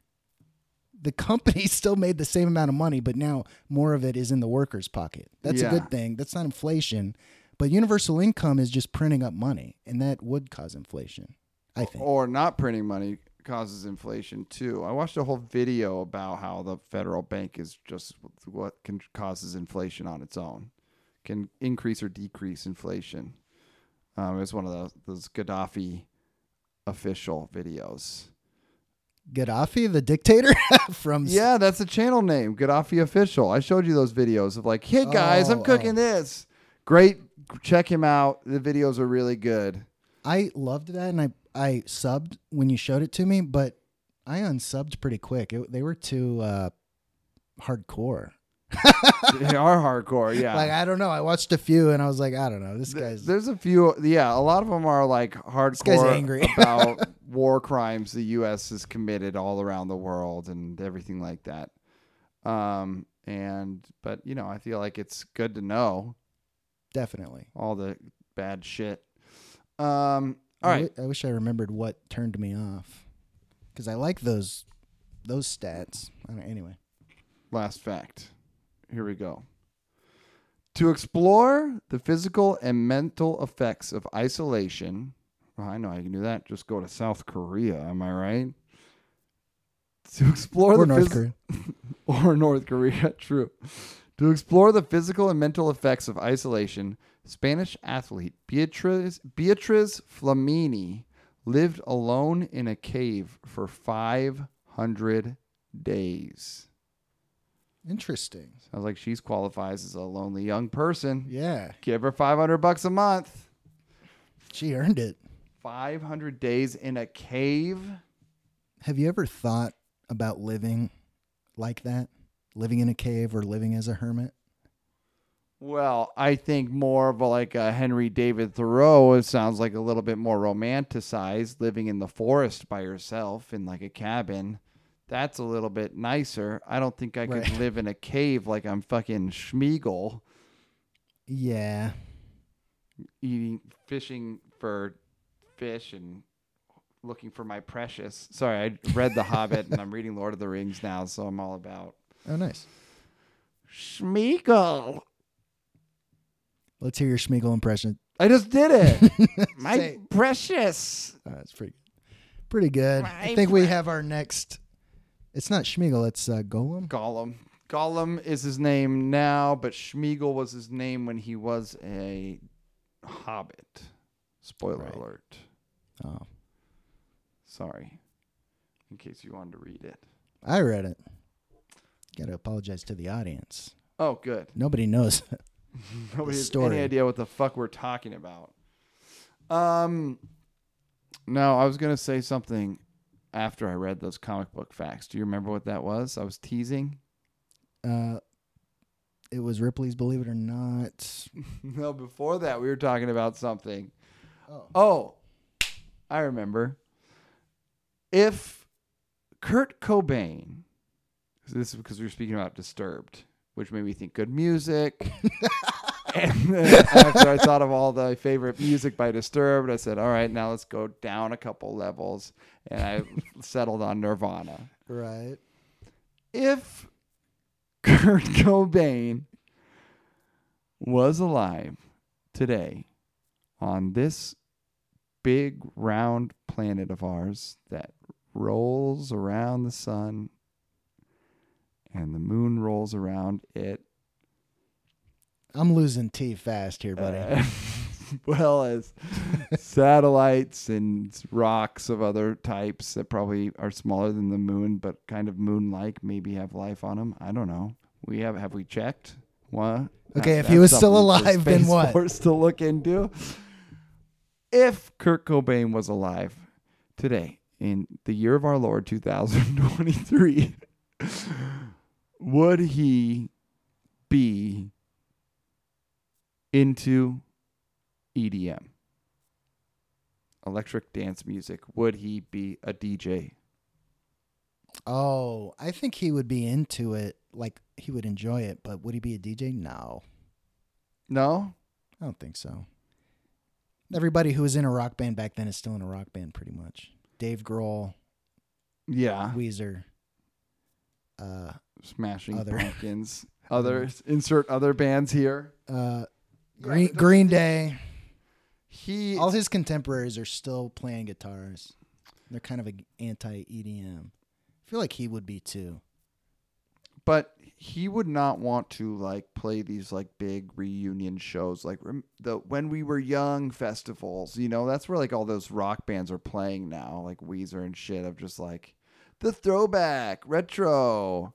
The company still made the same amount of money, but now more of it is in the workers' pocket. That's
Yeah.
a good thing. That's not inflation. But universal income is just printing up money, and that would cause inflation, I think.
or not printing money causes inflation too. I watched a whole video about how the federal bank is just what can causes inflation on its own, can increase or decrease inflation. Um, it was one of those, those Gaddafi official videos.
Gaddafi, the dictator from
Yeah, that's the channel name, Gaddafi official. I showed you those videos of like, hey guys, I'm
Oh,
cooking
oh.
this. Great, check him out. The videos are really good.
I loved that, and I I subbed when you showed it to me, but I unsubbed pretty quick. It, they were too uh, hardcore.
they are hardcore. Yeah.
Like I don't know. I watched a few and I was like, I don't know. This
Th-
guy's
There's a few, yeah. A lot of them are like hardcore
guy's angry.
about war crimes the U.S. has committed all around the world and everything like that. Um, and but you know, I feel like it's good to know
definitely.
all the bad shit. Um, all
I
right,
wi- I wish I remembered what turned me off because I like those those stats. I don't, anyway,
last fact. Here we go. To explore the physical and mental effects of isolation. Well, I know I can do that. Just go to South Korea. Am I right? To explore
or
the
North
phys-
Korea.
or North Korea. True. To explore the physical and mental effects of isolation, Spanish athlete Beatriz, Beatriz Flamini lived alone in a cave for 500 days.
Interesting.
Sounds like she's qualifies as a lonely young person.
Yeah,
Give her 500 bucks a month.
she earned it.
500 days in a cave.
Have you ever thought about living like that? Living in a cave or living as a hermit?
Well, I think more of a, like a Henry David Thoreau. It sounds like a little bit more romanticized, living in the forest by yourself in like a cabin. That's a little bit nicer. I don't think I could
Right.
live in a cave like I'm fucking Schmiegel
Yeah.
eating, fishing for fish and looking for my precious. Sorry, I read The Hobbit and I'm reading Lord of the Rings now, so I'm all about
Oh, nice.
Schmiegel.
Let's hear your Schmiegel impression.
I just did it. my
Say-
precious.
Uh, it's pretty, pretty good. I
My
think we have our next. It's not Schmiegel. It's uh, Golem.
Gollum. Gollum is his name now, but Schmiegel was his name when he was a hobbit. Spoiler
Right.
alert.
Oh,
Sorry. In case you wanted to read it.
I read it. Got to apologize to the audience.
Oh, good.
Nobody knows.
Nobody has
story.
any idea what the fuck we're talking about. Um, no, I was gonna say something after I read those comic book facts. Do you remember what that was? I was teasing.
uh, it was Ripley's Believe It or Not.
no, before that we were talking about something.
Oh.
Oh, I remember. If Kurt Cobain, this is because we were speaking about Disturbed, which made me think good music. and then after I thought of all the favorite music by Disturbed, I said, all right, now let's go down a couple levels. And I settled on Nirvana
Right.
if Kurt Cobain was alive today on this big round planet of ours that rolls around the sun and the moon rolls around it
I'm losing tea fast here, buddy.
uh, well as satellites and rocks of other types that probably are smaller than the moon, but kind of moon-like, maybe have life on them. I don't know. We have have we checked? What?
Okay,
That-
if he
that's
was still
something for
alive, then
Space
what?
Force to look into. If Kurt Cobain was alive today in the year of our Lord 2023, would he be into EDM? Electric dance music. Would he be a DJ?
Oh, I think he would be into it. Like he would enjoy it, but would he be a DJ? No,
No?
I don't think so. Everybody who was in a rock band back then is still in a rock band, pretty much. Dave Grohl,
Yeah.
Weezer. Uh,
Smashing
Other.
Pumpkins. Others. Insert other bands here. Yeah,
uh, Green
but
Green Day.
He
All his contemporaries are still playing guitars. They're kind of a anti EDM. I feel like he would be too.
but he would not want to like play these like big reunion shows like rem- the when we were young festivals you know that's where like all those rock bands are playing now like weezer and shit of just like the throwback retro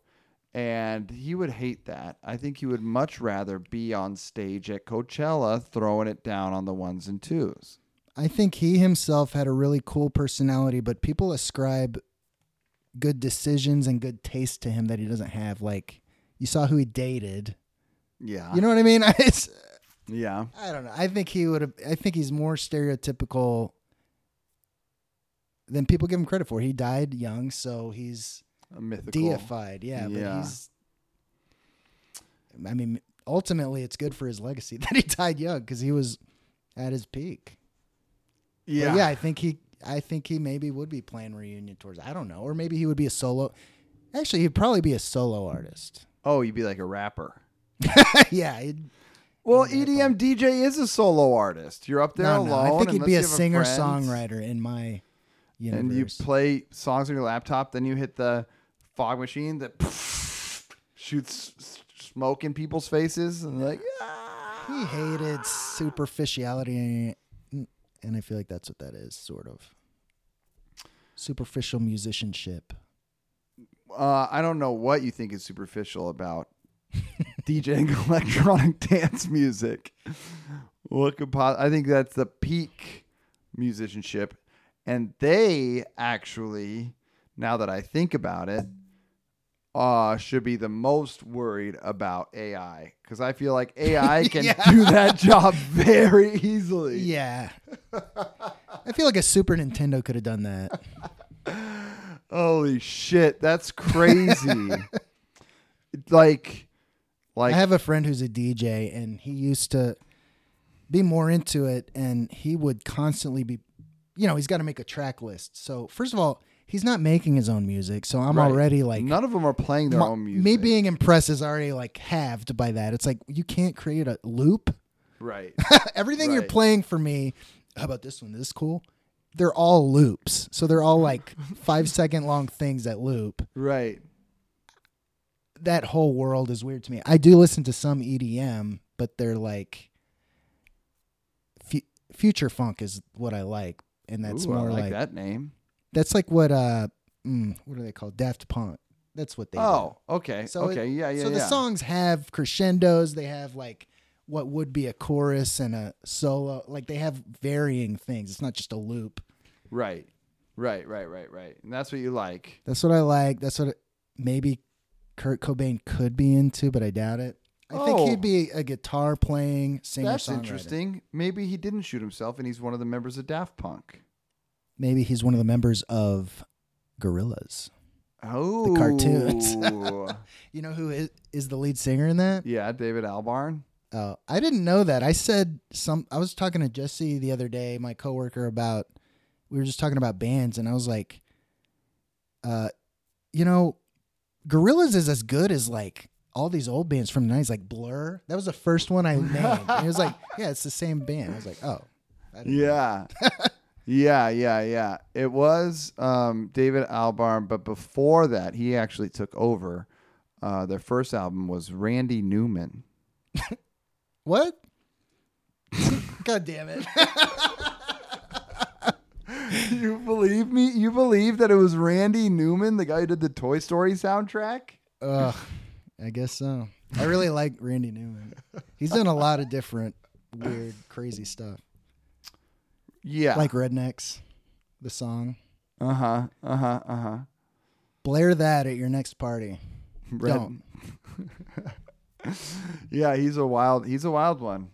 and he would hate that i think he would much rather be on stage at coachella throwing it down on the ones and twos
I think he himself had a really cool personality, but people ascribe good decisions and good taste to him that he doesn't have. Like You saw who he dated.
Yeah.
You know what I mean? It's
yeah.
I don't know. I think he would have. I think he's more stereotypical than people give him credit for. He died young, so he's
A mythical.
deified. Yeah,
Yeah.
but he's. I mean, ultimately, it's good for his legacy that he died young because he was at his peak. But
Yeah.
yeah. I think he. I think he maybe would be playing reunion tours. I don't know, or maybe he would be a solo. Actually, he'd probably be a solo artist.
Oh, you'd be like a rapper.
yeah, he'd,
Well, E EDM DJ is a solo artist. You're up there
no,
alone.
no, I think he'd
unless
be
you
a
have
singer
friend.
songwriter in my universe.
And you play songs on your laptop, then you hit the fog machine that shoots s- smoke in people's faces, and like, "Ah."
He hated superficiality, and I feel like that's what that is, sort of. Superficial musicianship.
uh, I don't know what you think is superficial about DJing electronic dance music. What could pos- I think that's the peak musicianship, and they actually, now that I think about it, uh, should be the most worried about AI because I feel like AI can
Yeah.
do that job very easily.
Yeah. I feel like a Super Nintendo could have done that.
Holy shit, that's crazy. like,
I
like
have a friend who's a DJ, and he used to be more into it, and he would constantly be, you know, he's got to make a track list. So, first of all, he's not making his own music. So, I'm
Right.
already like,
none of them are playing their
my-
own music.
me being impressed is already like halved by that. It's like, you can't create a loop.
right.
everything you're
Right.
playing for me how about this one this is cool they're all loops so they're all like five second long things that loop
Right.
that whole world is weird to me i do listen to some edm but they're like fu- future funk is what i like and that's
Ooh, I
more
like,
like,
that name.
that's like what uh mm, what are they called daft punk that's what they do.
Oh, okay.
So
okay.
it-
yeah, yeah,
so the
yeah.
songs have crescendos. They have like what would be a chorus and a solo. Like they have varying things. It's not just a loop.
Right. Right, right, right, right. And that's what you like.
That's what I like. That's what maybe Kurt Cobain could be into, but I doubt it. I
Oh.
think he'd be a guitar playing singer.
That's interesting. Maybe he didn't shoot himself and he's one of the members of Daft Punk.
Maybe he's one of the members of Gorillas.
Oh.
cartoons. You know who is, is the lead singer in that?
yeah, David Albarn.
Oh, I didn't know that. I said some. I was talking to Jesse the other day, my coworker, about we were just talking about bands, and I was like, uh, you know, Gorillas is as good as like all these old bands from the nineties, like Blur. That was the first one I named. and it was like, yeah, it's the same band. I was like, oh, I didn't-
Yeah. yeah, yeah, yeah. It was um, David Albarn, but before that, he actually took over. Uh, their first album was Randy Newman.
what? God damn it!
You believe me? You believe that it was Randy Newman, the guy who did the Toy Story soundtrack?
Ugh, I guess so. I really like Randy Newman. He's done a lot of different weird, crazy stuff.
Yeah.
like rednecks the song
uh huh, uh huh, uh huh.
blare that at your next party Don't.
Yeah, he's a wild. He's a wild one,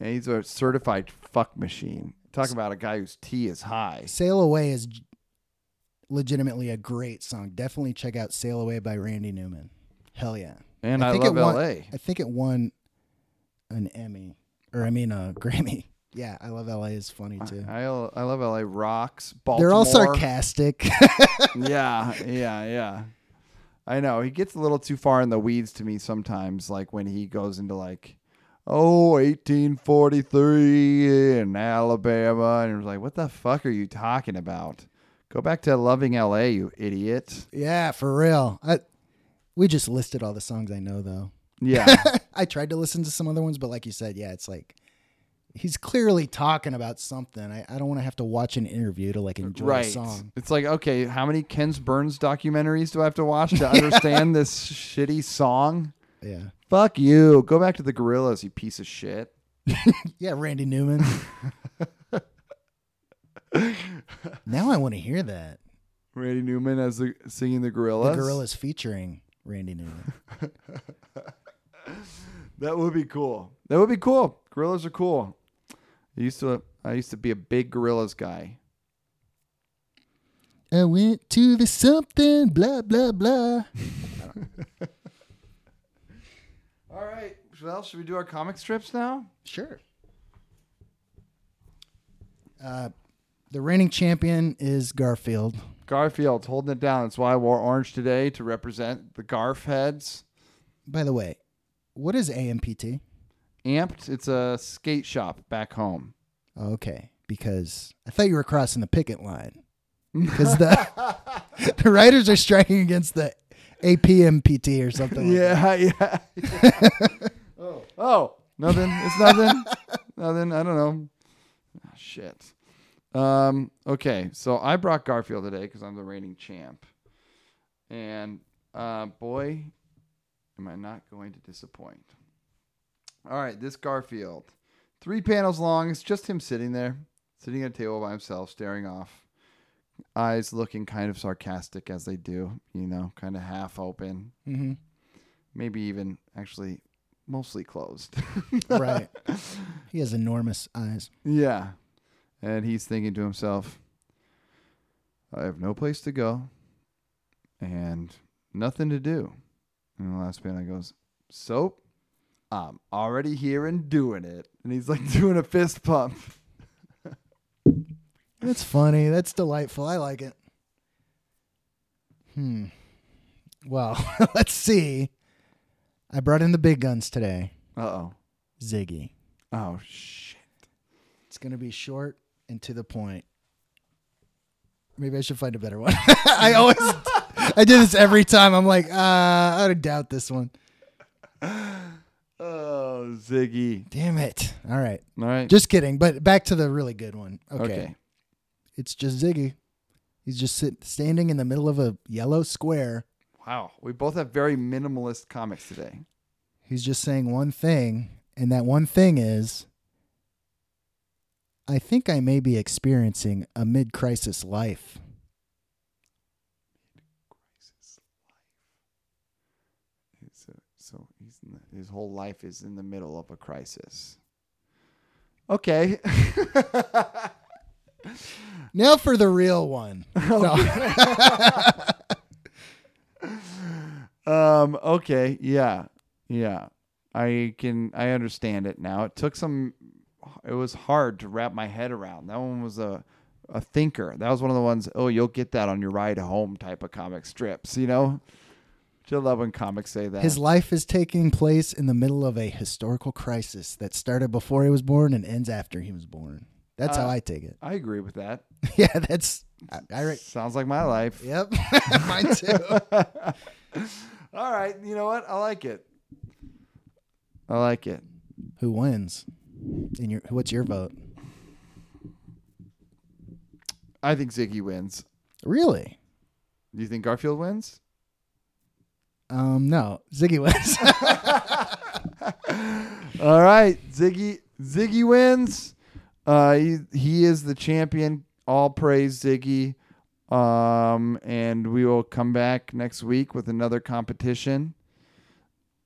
and he's a certified fuck machine. Talk about a guy whose T is high.
sail away is j- legitimately a great song definitely check out sail away by randy newman hell yeah
And I, love
it won,
L.A.
i think it won an emmy or i mean a grammy yeah i love la is funny too
I, I love L.A. Rocks. Baltimore.
they're all sarcastic
yeah, yeah, yeah. I know he gets a little too far in the weeds to me sometimes. Like when he goes into like, oh, 1843 in Alabama, and it was like, what the fuck are you talking about? Go back to loving L.A., you idiot.
yeah for real I, we just listed all the songs i know though
Yeah,
I tried to listen to some other ones, but like you said, yeah, it's like he's clearly talking about something. I, I don't want to have to watch an interview to like enjoy
right.
the song.
It's like, okay, how many Ken's Burns documentaries do I have to watch to understand this shitty song?
Yeah.
Fuck you. Go back to the Gorillas, you piece of shit.
Yeah, Randy Newman. now I want to hear that.
Randy Newman as the, singing the
The
Gorillas.
Gorillas featuring Randy Newman.
That would be cool. That would be cool. Gorillas are cool. I used to I used to be a big gorillas guy.
I went to the something, blah, blah, blah.
All right. Well, should we do our comic strips now?
Sure. Uh, the reigning champion is Garfield.
Garfield's holding it down. That's why I wore orange today to represent the Garf heads.
By the way, what is AMPT?
Amped. It's a skate shop back home.
Okay, because I thought you were crossing the picket line. Because the, the writers are striking against the APMPT or something. like
Yeah, yeah. oh. oh, nothing. It's nothing. nothing. I don't know. Ah, shit. Um. Okay. So I brought Garfield today because I'm the reigning champ, and uh, boy, am I not going to disappoint. All right, this Garfield, three panels long. It's just him sitting there, sitting at a table by himself, staring off eyes looking kind of sarcastic as they do, you know, kind of half open. Mm-hmm. Maybe even actually mostly closed.
that. Right. He has enormous eyes.
yeah. And he's thinking to himself, I have no place to go and nothing to do. And the last panel goes, Soap, I'm already here and doing it. And he's like doing a fist pump.
That's funny. That's delightful. I like it. Hmm. Well, let's see. I brought in the big guns today.
Uh oh.
Ziggy.
Oh, shit.
It's going to be short and to the point. Maybe I should find a better one. I always I do this every time. I'm like, uh, I would doubt this one.
Oh, Ziggy.
Damn it. All right.
All right.
Just kidding, but back to the really good one. Okay.
okay.
It's just Ziggy. He's just sit, standing in the middle of a yellow square.
Wow, we both have very minimalist comics today.
He's just saying one thing, and that one thing is I think I may be experiencing a mid crisis life.
So, so he's in the, his whole life is in the middle of a crisis. Okay.
Now for the real one. No.
um. Okay. Yeah. Yeah. I can. I understand it now. It took some. It was hard to wrap my head around. That one was a. A thinker. That was one of the ones. Oh, you'll get that on your ride home type of comic strips. You know, still love when comics say that.
His life is taking place in the middle of a historical crisis that started before he was born and ends after he was born. That's how I take it.
I agree with that.
yeah, that's. I, I re-
Sounds like my life.
Yep. Mine too.
All right, you know what? I like it. I like it.
Who wins? And your what's your vote?
I think Ziggy wins.
Really?
Do you think Garfield wins?
Um, no, Ziggy wins.
All right, Ziggy. Ziggy wins. Uh, he he is the champion. All praise Ziggy. Um, and we will come back next week with another competition.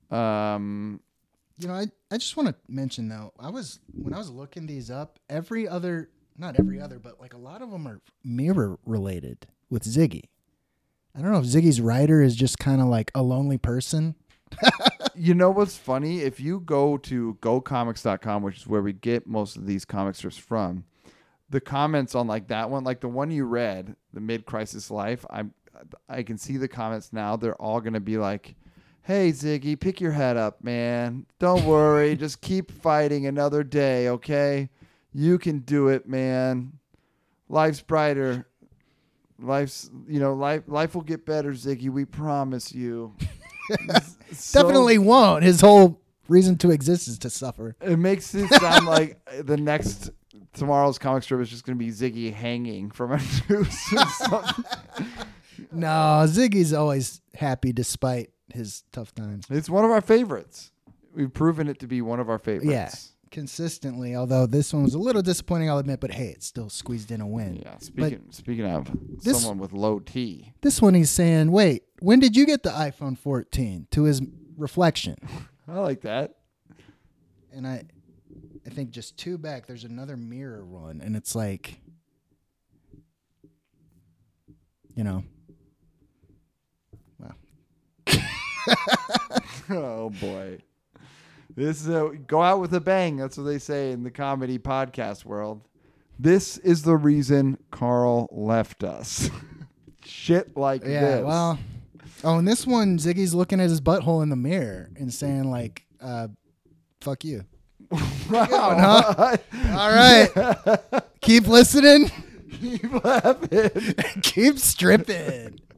Um,
you know, I, I just want to mention though, I was when I was looking these up, every other not every other, but like a lot of them are mirror related with Ziggy. I don't know if Ziggy's writer is just kind of like a lonely person.
you know what's funny? If you go to gocomics.com, which is where we get most of these comic strips from, the comments on like that one, like the one you read, the mid crisis life, I'm I can see the comments now. They're all gonna be like, "Hey Ziggy, pick your head up, man. Don't worry, just keep fighting another day, okay? You can do it, man. Life's brighter. Life's you know life life will get better, Ziggy. We promise you." So-
Definitely won't. His whole reason to exist is to suffer.
It makes it sound like uh, the next tomorrow's comic strip is just going to be Ziggy hanging from a noose or something.
No, Ziggy's always happy despite his tough times.
It's one of our favorites. We've proven it to be one of our favorites.
Yeah. consistently. Although this one was a little disappointing, I'll admit. But hey, it still squeezed in a win.
Yeah. Speaking speaking of
This-
someone with low T,
This one, he's saying, "Wait, when did you get the iPhone 14?" To his reflection,
I like that.
and I, I think just two back. There's another mirror one, and it's like, you know, well,
oh boy. This is a go out with a bang. That's what they say in the comedy podcast world. This is the reason Carl left us. Shit like
yeah.
this.
Well, oh, and this one, Ziggy's looking at his butthole in the mirror and saying, like, uh, "Fuck you."
wow.
All right, keep listening,
Keep laughing.
keep stripping.